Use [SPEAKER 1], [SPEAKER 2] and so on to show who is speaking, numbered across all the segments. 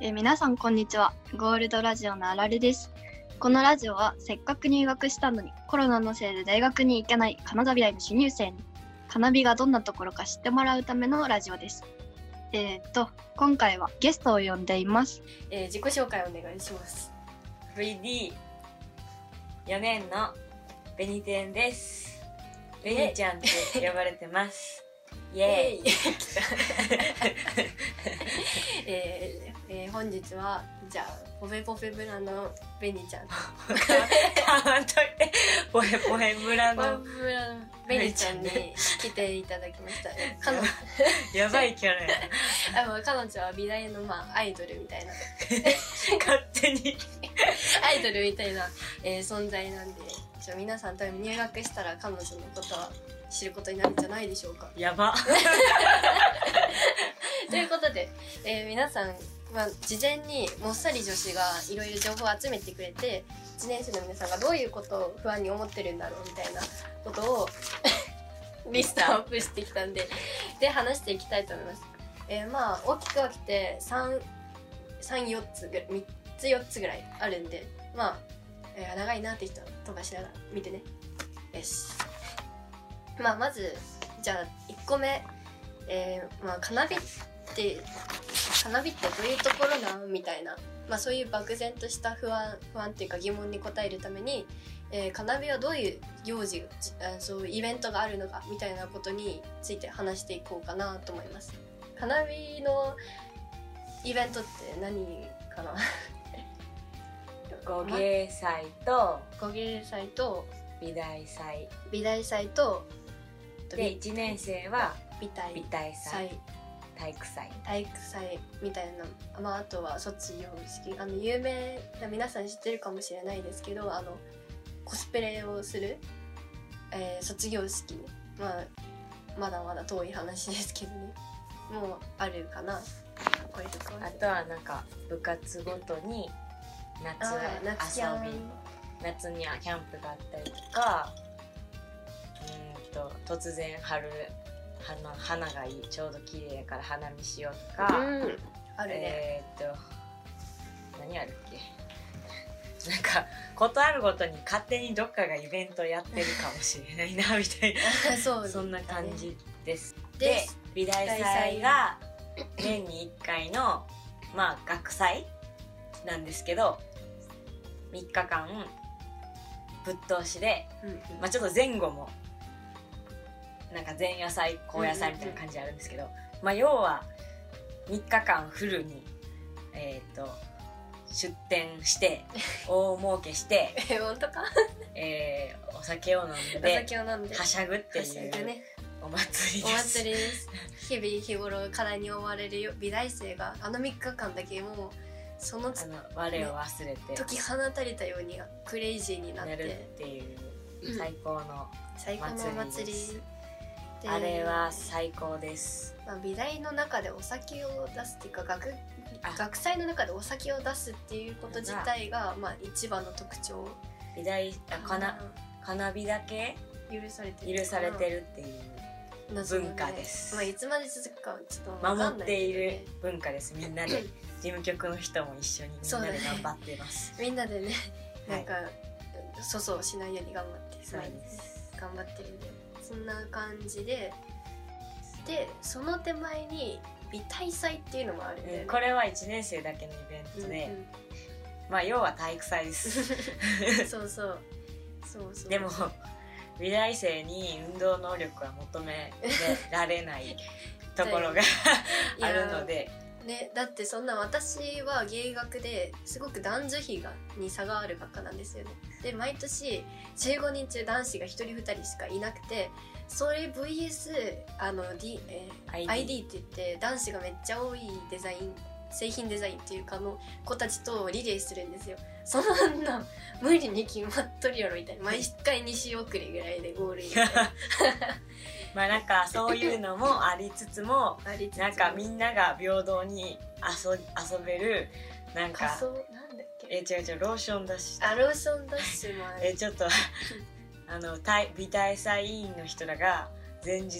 [SPEAKER 1] えー皆さんこんにちはゴールドラジオのあられですこのラジオはせっかく入学したのにコロナのせいで大学に行けないカナダ未来の新入生にカナビがどんなところか知ってもらうためのラジオですえー、っと今回はゲストを呼んでいます
[SPEAKER 2] えー、自己紹介お願いします VD4 年のベニテンですベニちゃんって呼ばれてますイエーイ
[SPEAKER 3] えーえー本日はじゃあポフェポフェ村のベニちゃんと
[SPEAKER 2] かわんといてポヘポヘ村
[SPEAKER 3] ポフェ
[SPEAKER 2] の
[SPEAKER 3] ポフェ村のベニちゃんに来ていただきま した彼女
[SPEAKER 2] やばいキャラや
[SPEAKER 3] あまあ彼女は美大の、まあ、アイドルみたいな
[SPEAKER 2] 勝手に
[SPEAKER 3] アイドルみたいな、えー存在なんでじゃあ皆さん多分入学したら彼女のことは知ることになるんじゃないでしょうか
[SPEAKER 2] やば
[SPEAKER 3] ということで、えー皆さん、まあ、事前にもっさり女子がいろいろ情報を集めてくれて1年生の皆さんがどういうことを不安に思ってるんだろうみたいなこと をリストアップしてきたんでで話していきたいと思います。えーまあ大きく分けて34つぐらい3つ4つぐらいあるんでまあ、えー長いなって人は飛ばしながら見てね。よし。まあまずじゃあ1個目。えーまあ、カナビって花火ってどういうところなんみたいな、まあ、そういう漠然とした不安不安っていうか疑問に答えるために、えー、花火はどういう行事じあそういうイベントがあるのかみたいなことについて話していこうかなと思います花火のイベントって何かな
[SPEAKER 2] 五芸祭と
[SPEAKER 3] 古芸祭と
[SPEAKER 2] 美大祭
[SPEAKER 3] 美大祭と
[SPEAKER 2] で1年生は
[SPEAKER 3] 美大
[SPEAKER 2] 美大祭
[SPEAKER 3] 祭
[SPEAKER 2] 体育祭
[SPEAKER 3] 体育祭みたいな、まあ、あとは卒業式あの有名な皆さん知ってるかもしれないですけどあのコスプレをする、えー卒業式、まあ、まだまだ遠い話ですけどねもうあるかなこれとかは
[SPEAKER 2] あとはなんか部活ごとに夏
[SPEAKER 3] あー夏キャン
[SPEAKER 2] 遊び夏にはキャンプがあったりとかうーんと突然春花花がいいちょうど綺麗やから花見しようとか、
[SPEAKER 3] うんあるね、
[SPEAKER 2] えー、っと何あるっけ なんかことあるごとに勝手にどっかがイベントやってるかもしれないなみたいな
[SPEAKER 3] そう
[SPEAKER 2] そんな感じです。
[SPEAKER 3] で
[SPEAKER 2] で美大祭が年に1回のまあ学祭なんですけど3日間ぶっ通しで、
[SPEAKER 3] うんうん
[SPEAKER 2] まあ、ちょっと前後もなんか前夜祭後夜祭みたいな感じあるんですけど、まあ、要は3日間フルに、えー、と出店して 大儲けして、
[SPEAKER 3] え本当か
[SPEAKER 2] えーお酒を飲ん
[SPEAKER 3] お
[SPEAKER 2] で
[SPEAKER 3] 酒を飲んで
[SPEAKER 2] はしゃぐって
[SPEAKER 3] はしゃ
[SPEAKER 2] い
[SPEAKER 3] ぐ
[SPEAKER 2] う
[SPEAKER 3] ね
[SPEAKER 2] お祭り
[SPEAKER 3] お
[SPEAKER 2] です
[SPEAKER 3] 祭。りです 日々日頃課題に追われるよ美大生があの3日間だけもうその
[SPEAKER 2] あの我を忘れて
[SPEAKER 3] 解き放たれたようにクレイジーになっ
[SPEAKER 2] やるってていう
[SPEAKER 3] うん
[SPEAKER 2] 最高の、
[SPEAKER 3] 最高のお祭り
[SPEAKER 2] 祭り
[SPEAKER 3] で
[SPEAKER 2] あれは最高です
[SPEAKER 3] まあ、美大の中でお酒を出すっていうか学
[SPEAKER 2] あ
[SPEAKER 3] 学祭の中でお酒を出すっていうこと自体が、まあ、一番の特徴
[SPEAKER 2] 美大あかなかなびだけ
[SPEAKER 3] 許されて
[SPEAKER 2] 許されてるっていう
[SPEAKER 3] 謎のね
[SPEAKER 2] 文化です
[SPEAKER 3] まあ、いつまで続くかはちょっとわかんな
[SPEAKER 2] 守っ
[SPEAKER 3] いけ
[SPEAKER 2] て
[SPEAKER 3] ど
[SPEAKER 2] い
[SPEAKER 3] ね
[SPEAKER 2] る文化ですみんなで事務局の人も一緒にみん
[SPEAKER 3] そう
[SPEAKER 2] な
[SPEAKER 3] だ
[SPEAKER 2] で
[SPEAKER 3] ね
[SPEAKER 2] 頑張ってます、
[SPEAKER 3] みんなでね
[SPEAKER 2] は
[SPEAKER 3] なん
[SPEAKER 2] い
[SPEAKER 3] か、粗相しないように頑張って
[SPEAKER 2] そう
[SPEAKER 3] 毎日
[SPEAKER 2] です
[SPEAKER 3] 頑張ってるんでそんな感じででその手前に美大祭っていうのもあるんだよね、
[SPEAKER 2] うんこれは1年生だけのイベントで、まあ要は体育祭です
[SPEAKER 3] うんうんそうそうそうそう
[SPEAKER 2] でも美大生に運動能力は求められない ところが
[SPEAKER 3] いや
[SPEAKER 2] あるので
[SPEAKER 3] ね、だってそんな私は芸学ですごく男女比がに差がある学科なんですよねで毎年15人中男子が1人2人しかいなくてそれ VS あの、D えー
[SPEAKER 2] ID,
[SPEAKER 3] ID って言って男子がめっちゃ多いデザイン製品デザインっていうかの子たちとリレーするんですよそん な無理に決まっとるやろみたいな毎回西送りぐらいでゴールインみたいな
[SPEAKER 2] まあなんかそういうのもありつつも
[SPEAKER 3] ありつつ
[SPEAKER 2] なんかみんなが平等に遊遊べるなん
[SPEAKER 3] 仮
[SPEAKER 2] か
[SPEAKER 3] 想なんだっ
[SPEAKER 2] え
[SPEAKER 3] け
[SPEAKER 2] 違う違うローションだし
[SPEAKER 3] アローションダッシュもあ
[SPEAKER 2] え
[SPEAKER 3] る
[SPEAKER 2] ちょっとあの体美大祭委員の人らが前日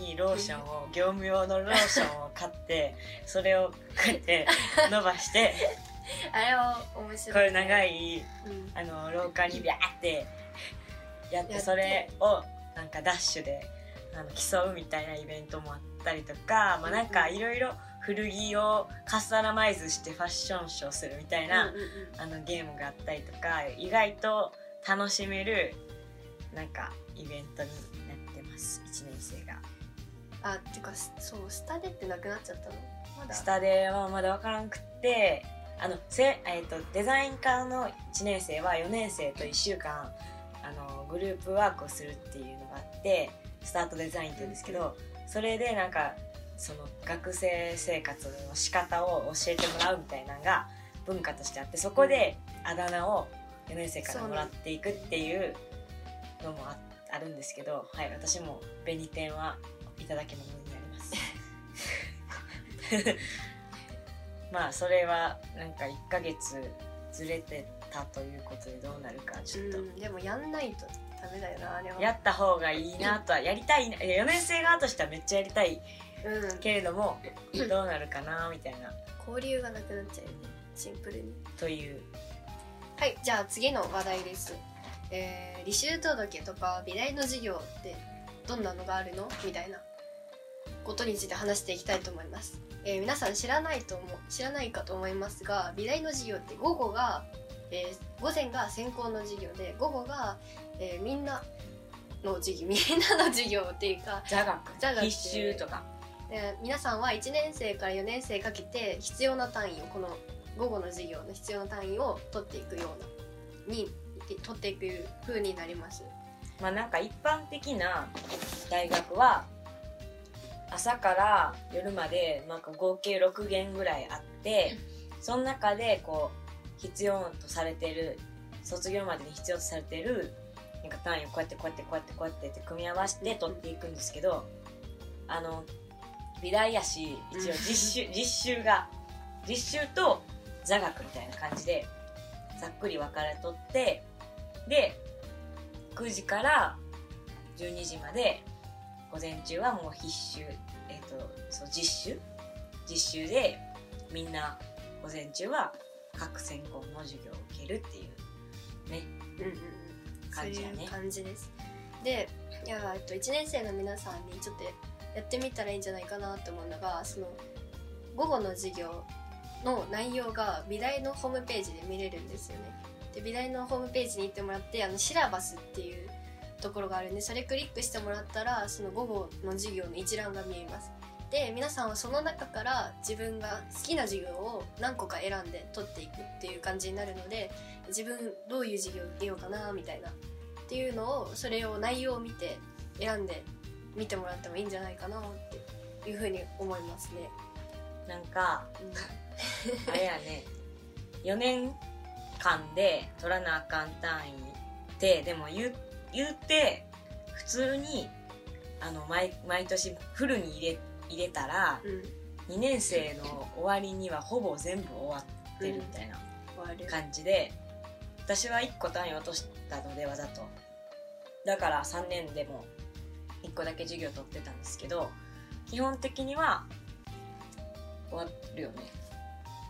[SPEAKER 2] にローションを業務用のローションを買ってそれをこうやって伸ばして
[SPEAKER 3] あれは面白い、
[SPEAKER 2] こういう長、い
[SPEAKER 3] うん、
[SPEAKER 2] あの廊下にビャーって
[SPEAKER 3] や
[SPEAKER 2] やっ
[SPEAKER 3] ってて
[SPEAKER 2] それをなんかダッシュであの競うみたいなイベントもあったりとか、まあ、なんかいろいろ古着をカスタマイズしてファッションショーするみたいな、
[SPEAKER 3] うんうんうん
[SPEAKER 2] あのゲームがあったりとか意外と楽しめるなんかイベントになってます1年生が。
[SPEAKER 3] あてかすそうスタデってなくなっちゃったのまだ
[SPEAKER 2] スタデはまだ分からんくってあのせ、えー、とデザイン科の1年生は4年生と1週間あのグループワークをするっていうのがあってスタートデザインって言うんですけどそれでなんかその学生生活の仕方を教えてもらうみたいなのが文化としてあってそこであだ名を4年生からもらっていくっていうのもああるんですけど、はい、私も紅天はいただき物になります。 まあそれはなんか1ヶ月ずれてたということでどうなるかちょっと、
[SPEAKER 3] うんでもやんないとダメだよなあれは
[SPEAKER 2] やった方がいいなとはやりたいないや4年生側としてはめっちゃやりたい
[SPEAKER 3] うん
[SPEAKER 2] けれどもどうなるかなみたいな
[SPEAKER 3] 交流がなくなっちゃうよねシンプルに
[SPEAKER 2] という
[SPEAKER 3] はいじゃあ次の話題ですえー、履修届とか美大の授業ってどんなのがあるのみたいなことについて話していきたいと思います、えー皆さん知らないと思う知らないかと思いますが美大の授業って午後が、えー午前が専攻の授業で午後が、えーみんなの授業みんなの授業っていうか
[SPEAKER 2] 座学
[SPEAKER 3] 座学
[SPEAKER 2] 必修とか
[SPEAKER 3] で皆さんは1年生から4年生かけて必要な単位をこの午後の授業の必要な単位を取っていくようなに取っていく風になります。
[SPEAKER 2] まあなんか一般的な大学は朝から夜までなんか合計6限ぐらいあってその中でこう必要とされてる卒業までに必要とされてるなんか単位をこうやってこうやってこうやってこうやってって組み合わせて取っていくんですけどあの美大やし一応実習実習が実習と座学みたいな感じでざっくり分かれとってで9時から12時まで午前中はもう必修、えー、とそう実習実習でみんな午前中は各専攻の授業を受けるっていう
[SPEAKER 3] うんうんうん
[SPEAKER 2] 感じやね
[SPEAKER 3] そういう感じです。でいや、えっと、1年生の皆さんにちょっとやってみたらいいんじゃないかなと思うのがその午後の授業の内容が美大のホームページで見れるんですよね。で美大のホームページに行ってもらってあのシラバスっていうところがあるんでそれクリックしてもらったらその午後の授業の一覧が見えます。で皆さんはその中から自分が好きな授業を何個か選んで取っていくっていう感じになるので自分どういう授業受けようかなみたいなっていうのをそれを内容を見て選んで見てもらってもいいんじゃないかなっていうふうに思いますね。
[SPEAKER 2] なんかあれやね4年間で取らなあかん単位ってでも言う言うて普通にあの毎毎年フルに入れ入れたら
[SPEAKER 3] うん、
[SPEAKER 2] 2年生の終わりにはほぼ全部終わってるみたいな
[SPEAKER 3] 終わる。
[SPEAKER 2] 感じで私は1個単位落としたのでわざとだから3年でも1個だけ授業取ってたんですけど基本的には終わるよね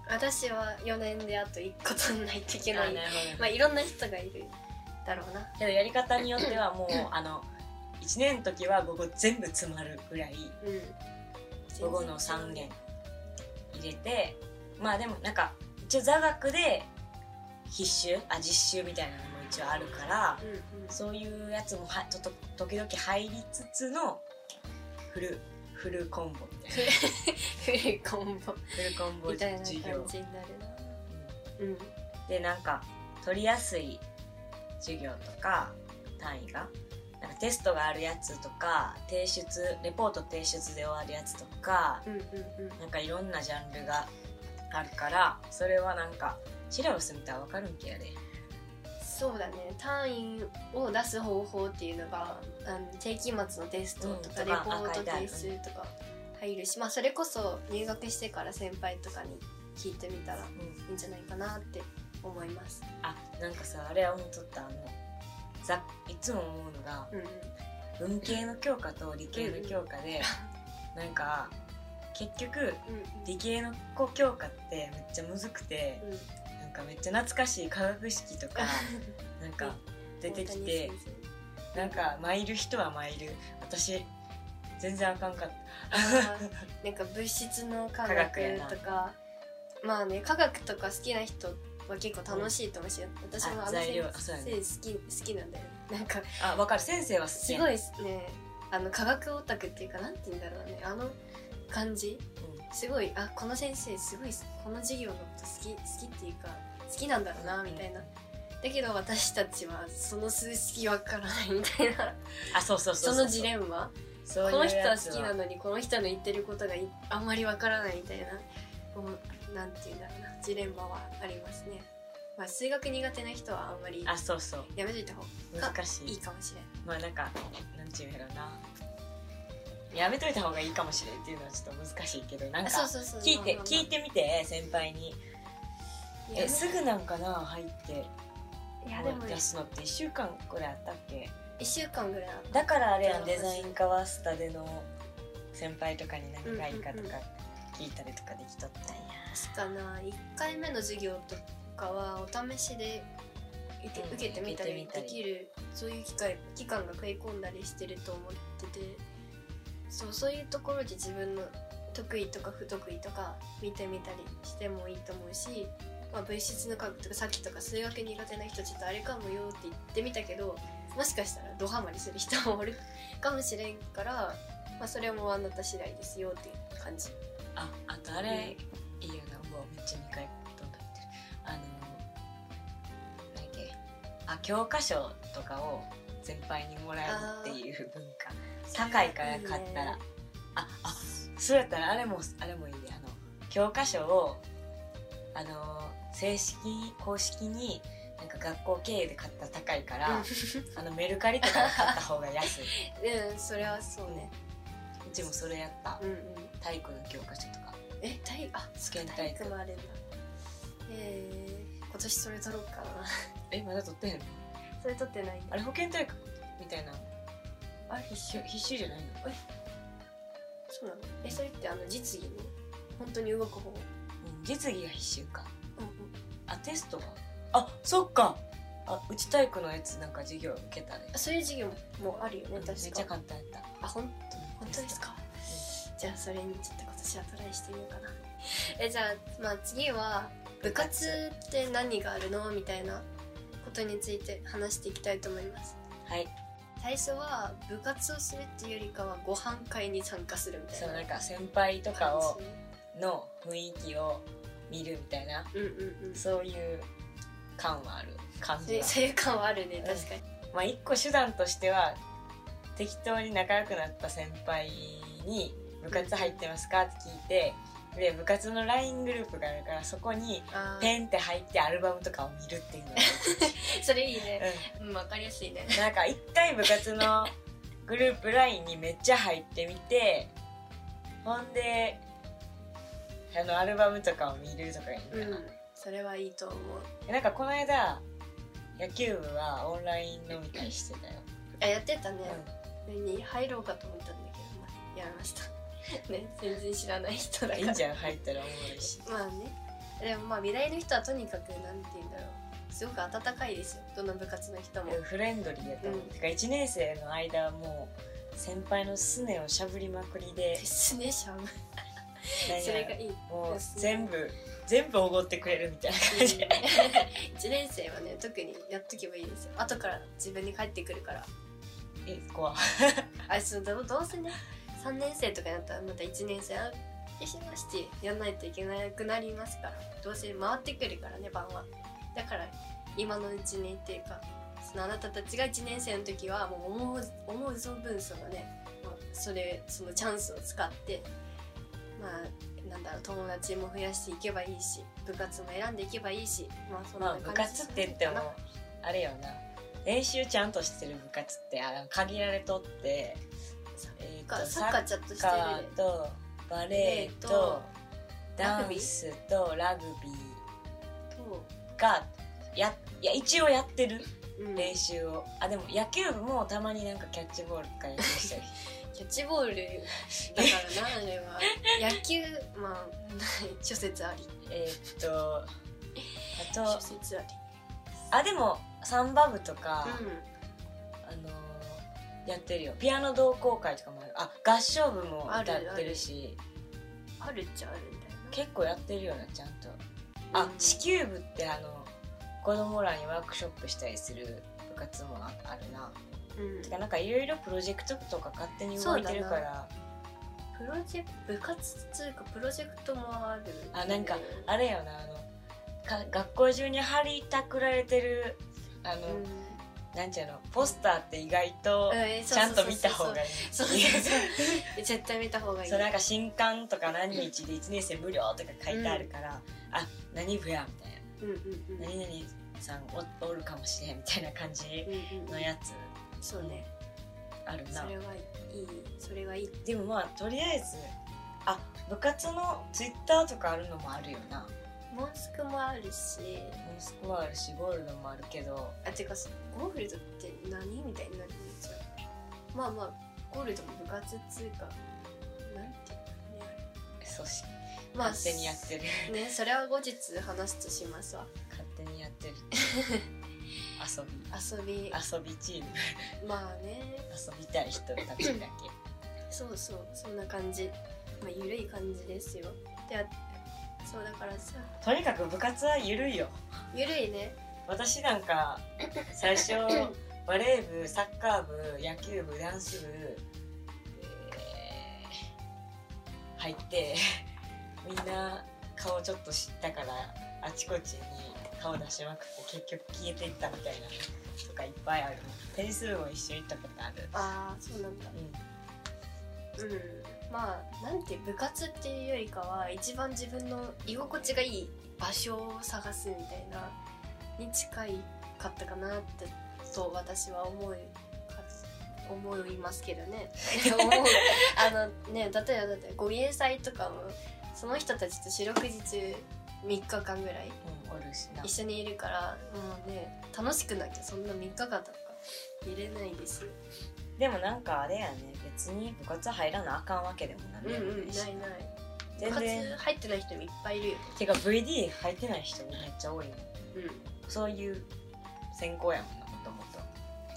[SPEAKER 3] 私は4年であと1個取んないといけない。ま
[SPEAKER 2] まあ
[SPEAKER 3] あいろんな人がいるだろうな。
[SPEAKER 2] けどやり方によってはもうあの1年の時は午後全部詰まるぐらい
[SPEAKER 3] うん。
[SPEAKER 2] 午後の3限入れてまあでもなんか一応座学で必修あ実習みたいなのも一応あるから、
[SPEAKER 3] うんうん。
[SPEAKER 2] そういうやつもはちょっと時々入りつつのフルフルコンボみたいな
[SPEAKER 3] フルコンボ
[SPEAKER 2] フルコンボ
[SPEAKER 3] みたいな感じ
[SPEAKER 2] 授
[SPEAKER 3] になる
[SPEAKER 2] 業
[SPEAKER 3] な。
[SPEAKER 2] う
[SPEAKER 3] うん。
[SPEAKER 2] んでなんか取りやすい授業とか単位がなんかテストがあるやつとか提出レポート提出で終わるやつとか
[SPEAKER 3] うんうんうん。
[SPEAKER 2] なんかいろんなジャンルがあるからそれはなんかシラバス見たらわかるんけやで
[SPEAKER 3] そうだね単位を出す方法っていうのがあの定期末のテストとか
[SPEAKER 2] うん
[SPEAKER 3] レ
[SPEAKER 2] とか
[SPEAKER 3] ポー
[SPEAKER 2] あ書
[SPEAKER 3] ト
[SPEAKER 2] いてある
[SPEAKER 3] 提出とか入るし、まあ、それこそ入学してから先輩とかに聞いてみたらい
[SPEAKER 2] うん
[SPEAKER 3] いんじゃないかなって思います。
[SPEAKER 2] あなんかさあれは思っとったあのざいつも思うのが
[SPEAKER 3] うんうん、
[SPEAKER 2] 文系の教科と理系の教科 で、なんか結局理系の子教科ってめっちゃむずくて、
[SPEAKER 3] うん
[SPEAKER 2] なんかめっちゃ懐かしい化学式と かなんか出てきてなんか参る人は参る私全然あかんかっ
[SPEAKER 3] あーなんか物質の科学
[SPEAKER 2] 科学やな
[SPEAKER 3] とかまあね科学とか好きな人は結構楽しいと思うし、私もあ
[SPEAKER 2] あ
[SPEAKER 3] の
[SPEAKER 2] 材
[SPEAKER 3] 先
[SPEAKER 2] 料あそうやね
[SPEAKER 3] 生好き好きなんだよなんか
[SPEAKER 2] たあわかる先生は好き
[SPEAKER 3] す
[SPEAKER 2] や
[SPEAKER 3] ご
[SPEAKER 2] ね
[SPEAKER 3] いねあの科学オタクっていうかなんて言うんだろうねあの感じすごいあこの先生すごいこの授業のこと好き好きっていうか好きなんだろうなみたいな。だけど私たちはその数式わからないみたいな
[SPEAKER 2] あそうそう
[SPEAKER 3] そ
[SPEAKER 2] そ
[SPEAKER 3] うのジレ
[SPEAKER 2] ン
[SPEAKER 3] ンマ
[SPEAKER 2] そういう
[SPEAKER 3] この人は
[SPEAKER 2] やつ
[SPEAKER 3] 好きなのにこの人の言ってることがいあんまりわからないみたいなこうなんていうんだろうなジレンマはありますね、まあ、数学苦手な人はあんまり
[SPEAKER 2] あそうそう
[SPEAKER 3] やめといた方が
[SPEAKER 2] 難しい
[SPEAKER 3] いいかもしれない
[SPEAKER 2] まあなんかなんちゅうんやろなやめといた方がいいかもしれんっていうのはちょっと難しいけどなん
[SPEAKER 3] あ
[SPEAKER 2] か
[SPEAKER 3] そうそうそう
[SPEAKER 2] 聞いて
[SPEAKER 3] まあまあまあ
[SPEAKER 2] 聞いてみて先輩に
[SPEAKER 3] いや
[SPEAKER 2] えすぐなんかな入って
[SPEAKER 3] いやでも
[SPEAKER 2] 出すのって1週間ぐらいあったっけ
[SPEAKER 3] 1週間ぐらいあった
[SPEAKER 2] だからあれやん
[SPEAKER 3] そう
[SPEAKER 2] デ
[SPEAKER 3] そう
[SPEAKER 2] ザイン科はスタでの先輩とかに何がいいかと
[SPEAKER 3] うんうんう
[SPEAKER 2] か聞いたりとかできとったんや
[SPEAKER 3] 確かな1回目の授業とかはお試しで受け,、
[SPEAKER 2] うん
[SPEAKER 3] 受けてみたり
[SPEAKER 2] 受けて
[SPEAKER 3] で
[SPEAKER 2] みたり
[SPEAKER 3] きるそういう機会期間が食い込んだりしてると思っててそうそういうところで自分の得意とか不得意とか見てみたりしてもいいと思うし、まあ、物質の科学とかさっきとか数学苦手な人ちょっとあれかもよって言ってみたけどもしかしたらドハマりする人もおるかもしれんから、まあ、それもあなた次第ですよっていう感じ。
[SPEAKER 2] ああとあれ、いいよなもうめっちゃ2回どんどん言ってるあの何やっけあ教科書とかを先輩にもらうっていう文化高いから買ったら
[SPEAKER 3] いいね
[SPEAKER 2] ああそうやったらあれもあれもいいねあの教科書をあの正式公式になんか学校経由で買ったら高いから、あのメルカリとかで買った方が安い
[SPEAKER 3] うん、それはそうね。
[SPEAKER 2] うちもそれやった
[SPEAKER 3] うんうん。
[SPEAKER 2] 体育の教科書とか
[SPEAKER 3] え、体育、あ、
[SPEAKER 2] 試験体育
[SPEAKER 3] もあるんだ。えー、今年それ取ろうかな。
[SPEAKER 2] えまだ取ってへんの
[SPEAKER 3] それ取ってないん
[SPEAKER 2] あ
[SPEAKER 3] だ。
[SPEAKER 2] れ保健体育みたいな
[SPEAKER 3] あれ、
[SPEAKER 2] 必修必修じゃないの
[SPEAKER 3] そうなのえ、それってあの実技の本当に動く方
[SPEAKER 2] うん実技が必修か
[SPEAKER 3] うんうん。
[SPEAKER 2] あテストがあそっかあうち体育のやつなんか授業受けたで
[SPEAKER 3] あそういう授業もあるよね、
[SPEAKER 2] めっ
[SPEAKER 3] 確
[SPEAKER 2] ち
[SPEAKER 3] か。
[SPEAKER 2] ゃ簡単やった
[SPEAKER 3] あ、ほん、本当ですか。じゃあ、それにちょっと今年はトライしてみようかな。え、じゃあ、まあ次は、部活って何があるのみたいなことについて話していきたいと思います。
[SPEAKER 2] はい
[SPEAKER 3] 最初は部活をするっていうよりかはご飯会に参加するみた
[SPEAKER 2] そうないんか先輩と
[SPEAKER 3] な
[SPEAKER 2] か
[SPEAKER 3] 感
[SPEAKER 2] を
[SPEAKER 3] じ
[SPEAKER 2] の雰囲気を見るみたいな
[SPEAKER 3] うんうんうんそ
[SPEAKER 2] そういう感はある感じ
[SPEAKER 3] う
[SPEAKER 2] は
[SPEAKER 3] そういう感はあるね確かに
[SPEAKER 2] まあ一個手段としては適当に仲良くなった先輩に「部活入ってますか?」って聞いてで部活の LINE グループがあるからそこに
[SPEAKER 3] あー
[SPEAKER 2] ペンって入ってアルバムとかを見るっていうのが、
[SPEAKER 3] それいいねうんわかりやすいね
[SPEAKER 2] うんなんか一回部活のグループ LINE にめっちゃ入ってみてほんであのアルバムとかを見るとかいいか
[SPEAKER 3] う
[SPEAKER 2] な、
[SPEAKER 3] んそれはいいと思う
[SPEAKER 2] でなんかこの間野球部はオンライン飲み会してたよ、
[SPEAKER 3] あやってたね
[SPEAKER 2] うん
[SPEAKER 3] それに入ろうかと思ったんだけどまあやめました ね全然知らない人だから
[SPEAKER 2] いいんじゃん入ったらおもろいし
[SPEAKER 3] まあねでもまあ美大の人はとにかくなんて言うんだろうすごく温かいですよどの部活の人も
[SPEAKER 2] フレンドリーやったもん、
[SPEAKER 3] うん
[SPEAKER 2] てか1年生の間はもう先輩のすねをしゃぶりまくりで
[SPEAKER 3] ですねしゃぶ
[SPEAKER 2] なん や
[SPEAKER 3] それがいい
[SPEAKER 2] も
[SPEAKER 3] です
[SPEAKER 2] う
[SPEAKER 3] ね
[SPEAKER 2] 全部全部おごってくれるみた いな感じ
[SPEAKER 3] 1年生はね特にやっとけばいいですよ後から自分に返ってくるから
[SPEAKER 2] え怖い
[SPEAKER 3] あそうどうどうせね3年生とかになったらまた1年生あけしましてやんないといけなくなりますからどうせ回ってくるからね晩はだから今のうちにっていうかそのあなたたちが1年生の時はもう思う思う存分そのね、まあ、それそのチャンスを使ってまあなんだろう友達も増やしていけばいいし部活も選んでいけばいいしまあそんな
[SPEAKER 2] まあ
[SPEAKER 3] 感じ
[SPEAKER 2] 部活って言って
[SPEAKER 3] かな
[SPEAKER 2] もあれよな練習ちゃんとしてる部活ってあの限られとって、えー
[SPEAKER 3] か
[SPEAKER 2] と
[SPEAKER 3] サッカーちゃんとして
[SPEAKER 2] サ
[SPEAKER 3] る
[SPEAKER 2] ッカーとバレエとダンスとラグビー
[SPEAKER 3] と
[SPEAKER 2] がやいや一応やってる
[SPEAKER 3] うん
[SPEAKER 2] 練習をあでも野球部もたまになんかキャッチボールとかやってした り
[SPEAKER 3] キャッチボールだからなあれ は野球まあ 諸説あり
[SPEAKER 2] えーっとあ
[SPEAKER 3] 諸
[SPEAKER 2] と
[SPEAKER 3] 説あり
[SPEAKER 2] あでもサンバ部とか、
[SPEAKER 3] う
[SPEAKER 2] あのーやってるよピアノ同好会とかもあるあ合唱部も
[SPEAKER 3] ある
[SPEAKER 2] 歌ってるし
[SPEAKER 3] んあるっちゃあるんだよな
[SPEAKER 2] 結構やってるよなちゃんとあ、
[SPEAKER 3] うん
[SPEAKER 2] 地球部ってあの子供らにワークショップしたりする部活もああるな
[SPEAKER 3] うん
[SPEAKER 2] てかなんかいろいろプロジェクトとか勝手に動いてるから
[SPEAKER 3] プロジェクト部活つうかプロジェクトもある
[SPEAKER 2] あなんかあれよなあのか学校中に張りたくられてるあ
[SPEAKER 3] う
[SPEAKER 2] の、
[SPEAKER 3] ん
[SPEAKER 2] なんちゃうのポスターって意外と
[SPEAKER 3] えーそう
[SPEAKER 2] ちゃんと見た方がいい。
[SPEAKER 3] そうそうそう そう絶対見た方がいい
[SPEAKER 2] そうなんか新刊とか何日で1年生無料とか書いてあるから、あ何部やみたい
[SPEAKER 3] うんうんうん
[SPEAKER 2] な何々さんおおるかもしれんみたいな感じ
[SPEAKER 3] うんうん
[SPEAKER 2] のやつ
[SPEAKER 3] そうね
[SPEAKER 2] ある
[SPEAKER 3] そ
[SPEAKER 2] な
[SPEAKER 3] れはいいそれはいい
[SPEAKER 2] でもまあとりあえずあ部活のツイッターとかあるのもあるよな
[SPEAKER 3] モンスクもあるし
[SPEAKER 2] モンスクもあるしゴールドもあるけど
[SPEAKER 3] あてかゴールドって何みたいになるんですよまあまあゴールドも部活っつうかなんていうのねあれ
[SPEAKER 2] そうし
[SPEAKER 3] まあ
[SPEAKER 2] 勝手にやってる
[SPEAKER 3] ねそれは後日話すとしますわ
[SPEAKER 2] 勝手にやってる遊び
[SPEAKER 3] 遊び
[SPEAKER 2] 遊びチーム
[SPEAKER 3] まあね
[SPEAKER 2] 遊びたい人たちだけ
[SPEAKER 3] そうそうそんな感じまあゆるい感じですよであそうだからさ
[SPEAKER 2] とにかく部活は緩いよ
[SPEAKER 3] ゆるいね
[SPEAKER 2] 私なんか最初バレー部サッカー部野球部ダンス部、えー入ってみんな顔ちょっと知ったからあちこちに顔出しまくって結局消えていったみたいなとかいっぱいあるテニス部も一緒に行ったことある、
[SPEAKER 3] ああそうなんだ
[SPEAKER 2] う
[SPEAKER 3] うんまあなんて部活っていうよりかは一番自分の居心地がいい場所を探すみたいなに近いかったかなってと私は思いか思いますけど ね思うあのね例えばだってご芸祭とかもその人たちと四六時中3日間ぐらい
[SPEAKER 2] ん、うん、おるしな
[SPEAKER 3] 一緒にいるからもうね楽しくなきゃそんな3日間とかいれないですよ
[SPEAKER 2] でもなんかあれやね別に部活入らなあかんわけでもなん
[SPEAKER 3] うん
[SPEAKER 2] でも
[SPEAKER 3] うん
[SPEAKER 2] ないし
[SPEAKER 3] ないない部
[SPEAKER 2] 全
[SPEAKER 3] 活
[SPEAKER 2] 然
[SPEAKER 3] 入ってない人もいっぱいいるよ、
[SPEAKER 2] てか VD 入ってない人めっちゃ多いもん
[SPEAKER 3] うん、
[SPEAKER 2] そういう専攻やもんなもともと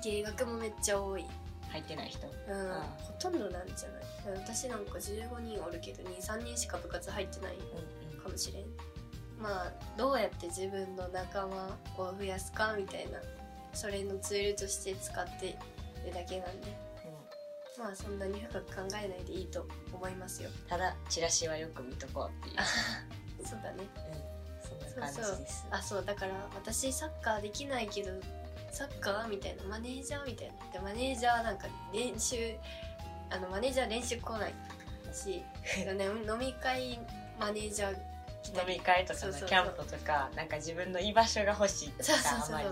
[SPEAKER 3] 芸学もめっちゃ多い、
[SPEAKER 2] 入ってない人
[SPEAKER 3] うん
[SPEAKER 2] あ
[SPEAKER 3] ほとんどなんじゃない私なんか15人おるけど23人しか部活入ってないかもしれんまあどうやって自分の仲間を増やすかみたいなそれのツールとして使ってるだけなんでまあそんなに深く考えないでいいと思いますよ
[SPEAKER 2] ただチラシはよく見とこうっていう、
[SPEAKER 3] そうだね
[SPEAKER 2] うん、そんな感じです
[SPEAKER 3] あそうだから私サッカーできないけどサッカーみたいなマネージャーみたいなでマネージャーなんか練習あのマネージャー練習来ない し、ね、飲み会マネージャー来た
[SPEAKER 2] 飲み
[SPEAKER 3] り
[SPEAKER 2] 会とか
[SPEAKER 3] そう
[SPEAKER 2] の
[SPEAKER 3] そうそう
[SPEAKER 2] キャンプとかなんか自分の居場所が欲しいって
[SPEAKER 3] そうそう
[SPEAKER 2] あ
[SPEAKER 3] そう
[SPEAKER 2] まり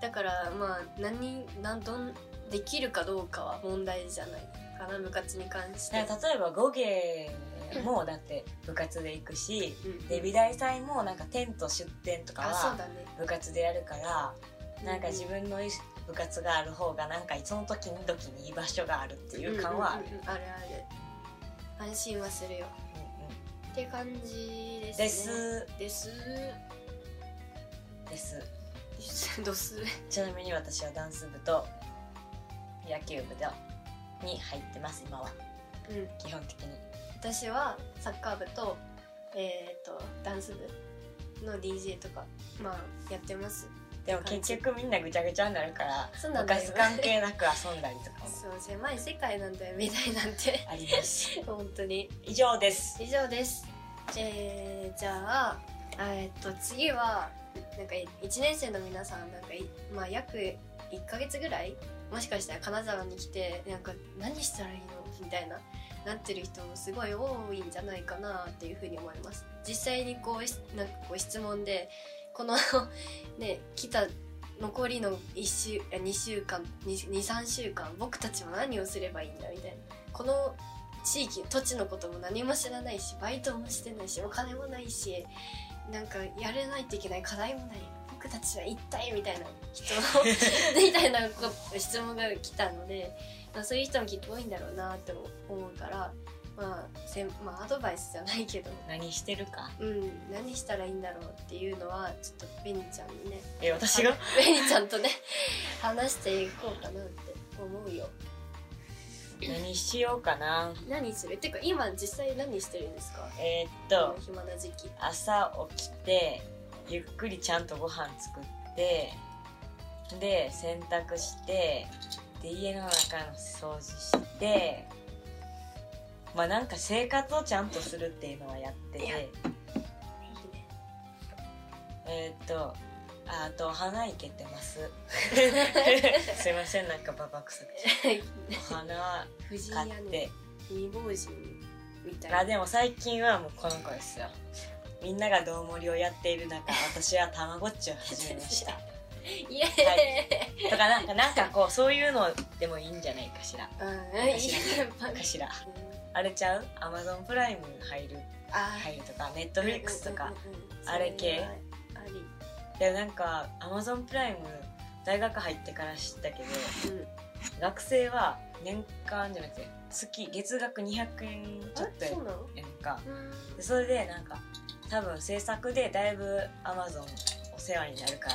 [SPEAKER 3] だからまあ何人何どんできるかどうかは問題じゃないかな部活に関して
[SPEAKER 2] だか。ら例えば五芸もだって部活で行くし
[SPEAKER 3] うん
[SPEAKER 2] デビ大祭もなんかテント出店とか
[SPEAKER 3] あそう
[SPEAKER 2] は
[SPEAKER 3] だね
[SPEAKER 2] 部活でやるからなんか自分の部活がある方がなんかその時々に居場所があるっていう感はある、
[SPEAKER 3] うんうんうんあるある安心はするよ
[SPEAKER 2] うんうん
[SPEAKER 3] って感じですね
[SPEAKER 2] です
[SPEAKER 3] です
[SPEAKER 2] です
[SPEAKER 3] ドス
[SPEAKER 2] ちなみに私はダンス部と野球部でに入ってます今は
[SPEAKER 3] うん
[SPEAKER 2] 基本的に
[SPEAKER 3] 私はサッカー部とえっ、とダンス部の DJ とかまあやってます
[SPEAKER 2] でも結局みんなぐちゃぐちゃになるから
[SPEAKER 3] そうなん
[SPEAKER 2] 部
[SPEAKER 3] だよ
[SPEAKER 2] 活関係なく遊んだりとかも
[SPEAKER 3] そう狭い世界なんだよみたいなんて
[SPEAKER 2] あります
[SPEAKER 3] 本当に
[SPEAKER 2] 以上です
[SPEAKER 3] 以上ですえー、じゃああえっと次はなんか1年生の皆さんなんかい、まあ、約1ヶ月ぐらいもしかしたら金沢に来てなんか何したらいいのみたいななってる人もすごい多いんじゃないかなっていうふうに思います実際にこうしなんかこう質問でこの ね来た残りの1週あ2週間23週間僕たちは何をすればいいんだみたいなこの地域土地のことも何も知らないしバイトもしてないしお金もないしなんかやれないといけない課題もない僕たちは一体みたいな質問みたいなこ質問が来たので、まあ、そういう人もきっと多いんだろうなって思うから、まあ、せんまあアドバイスじゃないけど、
[SPEAKER 2] 何してるか
[SPEAKER 3] うん、何したらいいんだろうっていうのはちょっとベニちゃんにね
[SPEAKER 2] え私が
[SPEAKER 3] ベニちゃんとね話していこうかなって思うよ
[SPEAKER 2] 何しようかな
[SPEAKER 3] 何するっていうか今実際何してるんですか
[SPEAKER 2] えーっ
[SPEAKER 3] こ
[SPEAKER 2] と
[SPEAKER 3] の暇な時期
[SPEAKER 2] 朝起きてゆっくりちゃんとご飯作ってで洗濯してで家の中の掃除してまあなんか生活をちゃんとするっていうのはやって
[SPEAKER 3] いや
[SPEAKER 2] てえーっとああと花いけてます すいませんなんかババ臭くて
[SPEAKER 3] いいね
[SPEAKER 2] お花
[SPEAKER 3] 藤井屋
[SPEAKER 2] 買っ
[SPEAKER 3] の
[SPEAKER 2] て
[SPEAKER 3] 未亡人みたいな
[SPEAKER 2] あでも最近はもうこの子ですよみんながどうもりをやっている中私はたまごっちを始めました
[SPEAKER 3] イエーイ、
[SPEAKER 2] はとかなんかなんかこうそういうのでもいいんじゃないかしら
[SPEAKER 3] うん、いいねパン
[SPEAKER 2] かしらあれちゃうアマゾンプライム入る
[SPEAKER 3] あ
[SPEAKER 2] 入るとかネットフリックスとか
[SPEAKER 3] うんうんうんうん
[SPEAKER 2] あれ系
[SPEAKER 3] あり
[SPEAKER 2] でなんかアマゾンプライム大学入ってから知ったけど
[SPEAKER 3] うん
[SPEAKER 2] 学生は年間じゃなくて月月額200円ちょっ
[SPEAKER 3] あ
[SPEAKER 2] とや
[SPEAKER 3] そうなの
[SPEAKER 2] やんか
[SPEAKER 3] うん
[SPEAKER 2] でそれでなんか多分制作でだいぶアマゾンお世話になるか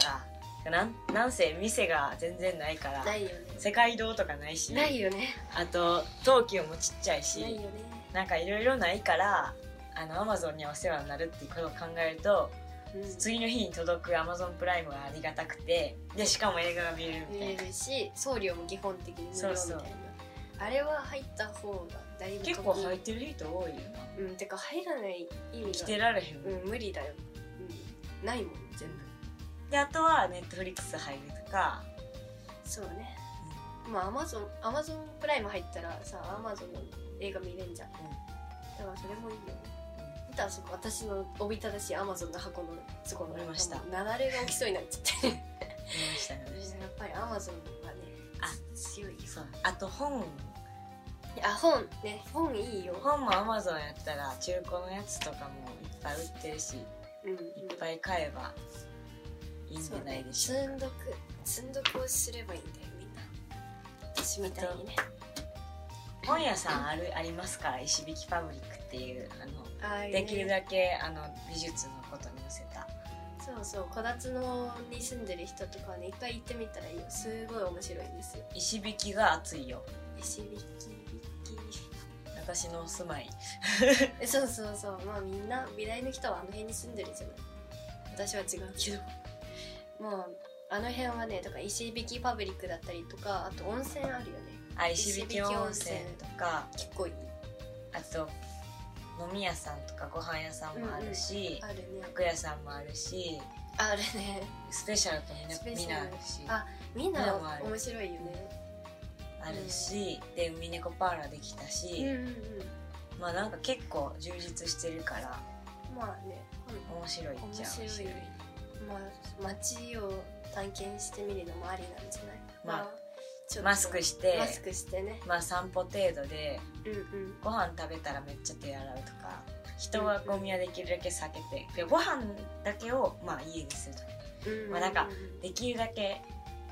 [SPEAKER 2] らなんなんせ店が全然ないから
[SPEAKER 3] ないよね
[SPEAKER 2] 世界堂とかないし
[SPEAKER 3] ないよね
[SPEAKER 2] あと登記もちっちゃいし
[SPEAKER 3] ないよね
[SPEAKER 2] なんかいろいろないからあのアマゾンにはお世話になるっていうことを考えると
[SPEAKER 3] うん
[SPEAKER 2] 次の日に届くアマゾンプライムがありがたくてでしかも映画が見れるみ
[SPEAKER 3] 見
[SPEAKER 2] たい
[SPEAKER 3] れ
[SPEAKER 2] な
[SPEAKER 3] るし送料も基本的に無料みたいな
[SPEAKER 2] そうそう
[SPEAKER 3] あれは入った方がだいぶ
[SPEAKER 2] 結構入っ
[SPEAKER 3] 入
[SPEAKER 2] てる人多いよな
[SPEAKER 3] うんてか入らない意味
[SPEAKER 2] 着
[SPEAKER 3] が
[SPEAKER 2] てられへん、
[SPEAKER 3] うん無理だよ、うん、ないもん
[SPEAKER 2] 全部であとはネットフリックス入るとか
[SPEAKER 3] そうねまあアマゾンアマゾンプライム入ったらさアマゾンの映画見れんじゃん、だからそれもいいよね見たらそこ私のおびただしいアマゾンの箱のそこ
[SPEAKER 2] 見ました
[SPEAKER 3] 雪崩が起きそうになっちゃってや
[SPEAKER 2] 見ました見まし
[SPEAKER 3] っぱりアマゾンはね
[SPEAKER 2] あ
[SPEAKER 3] 強いよ
[SPEAKER 2] たそうあと本
[SPEAKER 3] あ本ね本いいよ
[SPEAKER 2] 本もアマゾンやったら中古のやつとかもいっぱい売ってるしい
[SPEAKER 3] うん、
[SPEAKER 2] っぱい買えばいいんじゃないでしょう
[SPEAKER 3] 積んどく積んどくをすればいいんだよみんな私みたいにね
[SPEAKER 2] か本屋さんあるありますから石引きパブリックっていうあの
[SPEAKER 3] ああいうね
[SPEAKER 2] できるだけあの美術のことに寄せた
[SPEAKER 3] そうそう小達のに住んでる人とかはね一回行ってみたらいいよすごい面白いんですよ
[SPEAKER 2] 石引きが熱いよ
[SPEAKER 3] 石引き引き
[SPEAKER 2] 私の住まい
[SPEAKER 3] え そうそうそうまあみんな美大の人はあの辺に住んでるじゃない私は違うけど もうあの辺はねとか石引きパブリックだったりとかあと温泉あるよね
[SPEAKER 2] あ石引き温泉とか
[SPEAKER 3] 結構いい
[SPEAKER 2] あと飲み屋さんとかご飯屋さんもあるし、
[SPEAKER 3] あるね
[SPEAKER 2] 服屋さんもあるし
[SPEAKER 3] あるね
[SPEAKER 2] スペシャルと
[SPEAKER 3] スペ
[SPEAKER 2] み
[SPEAKER 3] シ
[SPEAKER 2] ん
[SPEAKER 3] ャル
[SPEAKER 2] なあるし
[SPEAKER 3] あみん
[SPEAKER 2] みん
[SPEAKER 3] な
[SPEAKER 2] なもある
[SPEAKER 3] 面白いよね
[SPEAKER 2] あるし、で海猫パーラできた
[SPEAKER 3] うんうん
[SPEAKER 2] し、
[SPEAKER 3] うん
[SPEAKER 2] まあなんか結構充実してるから
[SPEAKER 3] まあね
[SPEAKER 2] 面白いっちゃ
[SPEAKER 3] 面白いまあ街を探検してみるのもありなんじゃない
[SPEAKER 2] まあ
[SPEAKER 3] ちょっと
[SPEAKER 2] マスクして
[SPEAKER 3] マスクしてね
[SPEAKER 2] まあ散歩程度で
[SPEAKER 3] うんうん
[SPEAKER 2] ご飯食べたらめっちゃ手洗うとか人はゴミはできるだけ避けてでご飯だけをまあ家でするとか
[SPEAKER 3] うんうんうん
[SPEAKER 2] まあなんかできるだけ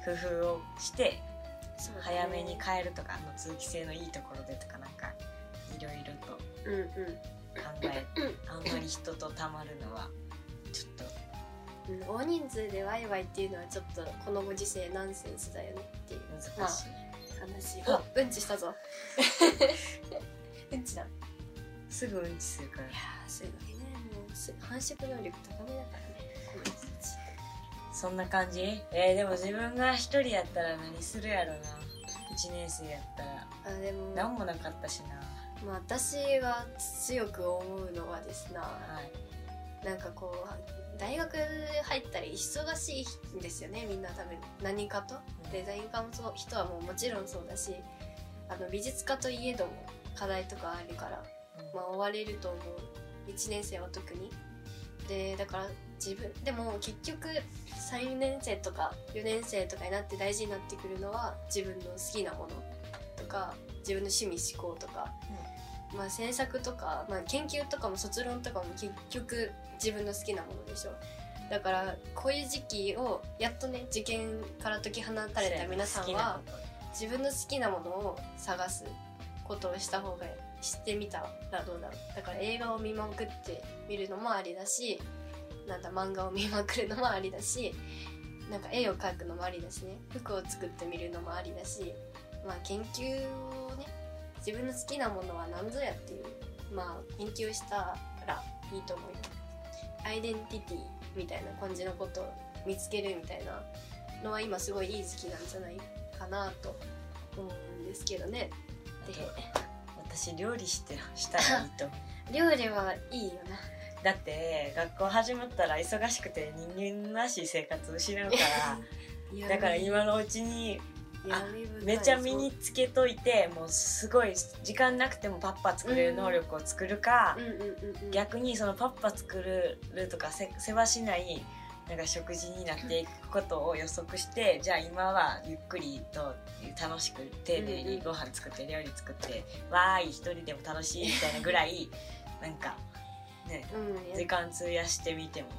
[SPEAKER 2] 工夫をして
[SPEAKER 3] そうだね
[SPEAKER 2] 早めに帰るとかあの通気性のいいところでとかなんかいろいろと
[SPEAKER 3] うんうん
[SPEAKER 2] 考えあんまり人とたまるのはちょっと
[SPEAKER 3] うん大人数でワイワイっていうのはちょっとこのご時世ナンセンスだよねっていう
[SPEAKER 2] 難しい、
[SPEAKER 3] 話
[SPEAKER 2] あ
[SPEAKER 3] あうんちした ぞうんちだい
[SPEAKER 2] すぐうんちするから
[SPEAKER 3] やーすごいねもうす繁殖能力高めだからねこの人たち
[SPEAKER 2] そんな感じえー、でも自分が一人やったら何するやろな1年生やったら
[SPEAKER 3] あでも
[SPEAKER 2] 何もなかったし
[SPEAKER 3] まあ、私が強く思うのはですな
[SPEAKER 2] なはい
[SPEAKER 3] なんかこう大学入ったら忙しいんですよねみんな多分何かとデザイン科もそう人はもうもちろんそうだしあの美術科といえども課題とかあるから
[SPEAKER 2] うん
[SPEAKER 3] まあ、追われると思う1年生は特にでだから自分でも結局3年生とか4年生とかになって大事になってくるのは自分の好きなものとか自分の趣味思考とか、まあ制作とか、まあ、研究とかも卒論とかも結局自分の好きなものでしょだからこういう時期をやっとね受験から解き放たれた皆さんは自分の好きなものを探すことをした方がしてみたらどうだろうだから映画を見まくって見るのもありだしなんだ漫画を見まくるのもありだしなんか絵を描くのもありだしね服を作ってみるのもありだしまあ研究をね自分の好きなものは何ぞやっていうまあ研究したらいいと思うよアイデンティティみたいな感じのことを見つけるみたいなのは今すごいいい時期なんじゃないかなと思うんですけどね
[SPEAKER 2] で私料理してしたらいいと思う
[SPEAKER 3] 料理はいいよな
[SPEAKER 2] だって学校始まったら忙しくて人間らしい生活失うからだから今のうちにあめちゃ身につけといてもうすごい時間なくてもパッパ作れる能力を作るか、逆にそのパッパ作るとかせ世話しないなんか食事になっていくことを予測して、じゃあ今はゆっくりと楽しく丁寧にご飯作って料理作って、わーい一人でも楽しいみたいなぐらいなんかね
[SPEAKER 3] うん
[SPEAKER 2] 時間費やしてみても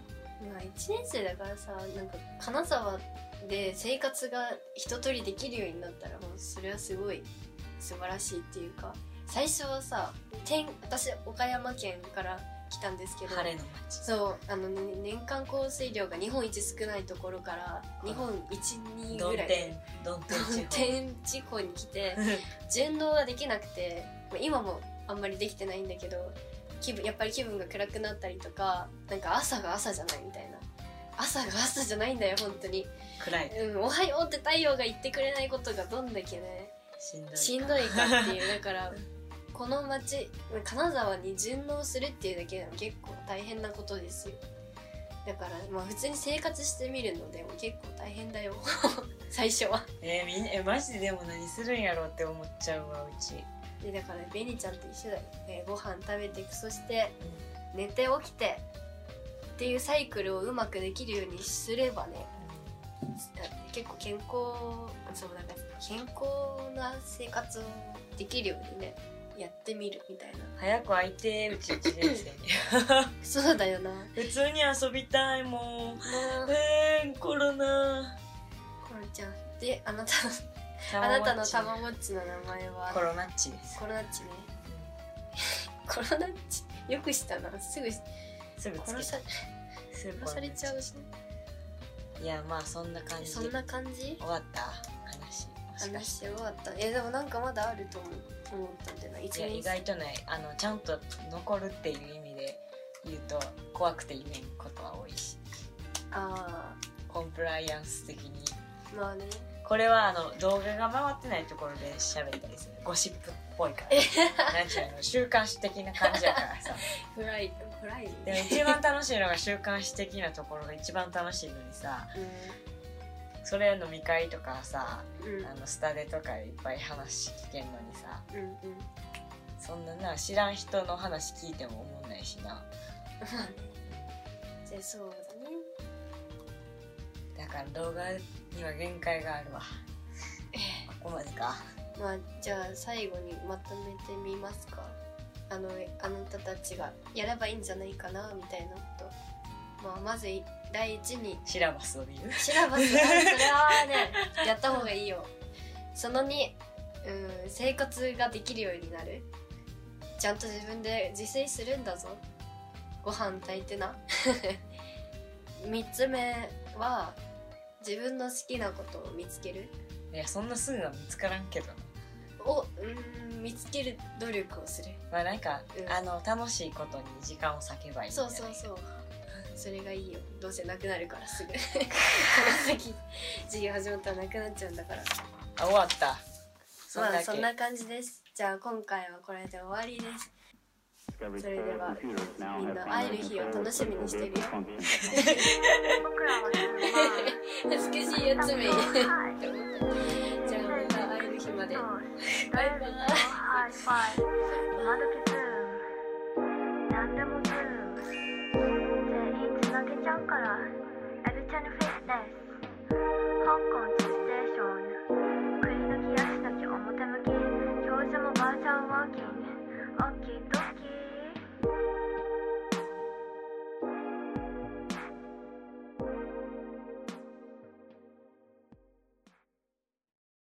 [SPEAKER 3] まあ、1年生だからさなんか金沢で生活が一通りできるようになったらもうそれはすごい素晴らしいっていうか最初はさ天私岡山県から来たんですけど
[SPEAKER 2] 晴れの街
[SPEAKER 3] そうあの、ね、年間降水量が日本一少ないところから日本一二
[SPEAKER 2] どん
[SPEAKER 3] ぐらい
[SPEAKER 2] 天どん
[SPEAKER 3] 曇
[SPEAKER 2] 天地方
[SPEAKER 3] 天地方に来て順応ができなくてまあ今もあんまりできてないんだけど気分やっぱり気分が暗くなったりとかなんか朝が朝じゃないみたいな朝が朝じゃないんだよ本当に、
[SPEAKER 2] 暗い
[SPEAKER 3] うん、おはようって太陽が言ってくれないことがどんだけね
[SPEAKER 2] しんど い
[SPEAKER 3] しんどいかっていうだからこの町金沢に順応するっていうだけでも結構大変なことですよだからまあ普通に生活してみるのでも結構大変だよ 最初は
[SPEAKER 2] えーみんえマジででも何するんやろうって思っちゃうわうち
[SPEAKER 3] でだからベニちゃんと一緒だよ、えーご飯食べてそして寝て起きてっていうサイクルをうまくできるようにすればね結構健康そうなんか健康な生活をできるようにねやってみるみたいな
[SPEAKER 2] 早く空いてうち1年生に
[SPEAKER 3] そうだよな
[SPEAKER 2] 普通に遊びたいもん
[SPEAKER 3] なあ
[SPEAKER 2] えー、コロナ
[SPEAKER 3] コロちゃんであなたの あなたのたまごっちの名前は
[SPEAKER 2] コロナッチです
[SPEAKER 3] コロナッチねコロナッチよくしたなすぐ
[SPEAKER 2] すぐつけ
[SPEAKER 3] 殺
[SPEAKER 2] た
[SPEAKER 3] さ
[SPEAKER 2] すぐコロナッ
[SPEAKER 3] 殺されちゃうしね
[SPEAKER 2] チいやまあそんな感じ
[SPEAKER 3] そ
[SPEAKER 2] で
[SPEAKER 3] ん
[SPEAKER 2] 終
[SPEAKER 3] な感じ
[SPEAKER 2] わった話もしか
[SPEAKER 3] 話
[SPEAKER 2] し
[SPEAKER 3] して終わったえでもなんかまだあると思う思ったんだよな1
[SPEAKER 2] ていや
[SPEAKER 3] 年
[SPEAKER 2] 意外とないあのちゃんと残るっていう意味で言うと怖くて言えんことは多いし
[SPEAKER 3] あ
[SPEAKER 2] コンプライアンス的に
[SPEAKER 3] あまあね
[SPEAKER 2] これはあの動画が回ってないところで喋ったりするゴシップっぽいから なんちゅうの週刊誌的な感じやからさ
[SPEAKER 3] フライフライ
[SPEAKER 2] でも一番楽しいのが週刊誌的なところが一番楽しいのにさそれ飲み会とかさ
[SPEAKER 3] うんうん
[SPEAKER 2] あのスタデとかいっぱい話聞けんのにさ
[SPEAKER 3] うんうん
[SPEAKER 2] そんなな知らん人の話聞いても思んないしな
[SPEAKER 3] まあねじゃあそうだね
[SPEAKER 2] だから動画には限界があるわここまでか
[SPEAKER 3] まあじゃあ最後にまとめてみますかあのあなたたちがやればいいんじゃないかなみたいなこと、まあ、まずい第一に
[SPEAKER 2] シラバスを見る
[SPEAKER 3] シラバスそれはねやった方がいいよその2うん生活ができるようになるちゃんと自分で自炊するんだぞご飯炊いてな3つ目は自分の好きなことを見つける
[SPEAKER 2] いやそんなすぐは見つからんけどな
[SPEAKER 3] をうん見つける努力をする
[SPEAKER 2] まあなんか、
[SPEAKER 3] うん
[SPEAKER 2] あの楽しいことに時間を割けばいいんじゃ
[SPEAKER 3] そ
[SPEAKER 2] な
[SPEAKER 3] う
[SPEAKER 2] い
[SPEAKER 3] そうそうそれがいいよどうせなくなるからすぐ この先授業始まったらなくなっちゃうんだから
[SPEAKER 2] あ終わったそんだ
[SPEAKER 3] まあ
[SPEAKER 2] け、
[SPEAKER 3] そんな感じですじゃあ今回はこれで終わり です
[SPEAKER 4] それではみんな会える日を楽しみにしてるよ。
[SPEAKER 5] 僕らはね、
[SPEAKER 3] 恥ずかしいや
[SPEAKER 5] まあ、
[SPEAKER 3] つめ じゃ
[SPEAKER 5] はい。
[SPEAKER 3] あまた会える日まで
[SPEAKER 5] そう
[SPEAKER 3] バイバイ
[SPEAKER 5] ハイファイブ。今時ズーム。なんでもズーム。全員つなげちゃうから。エビちゃんのフェイスです。香港実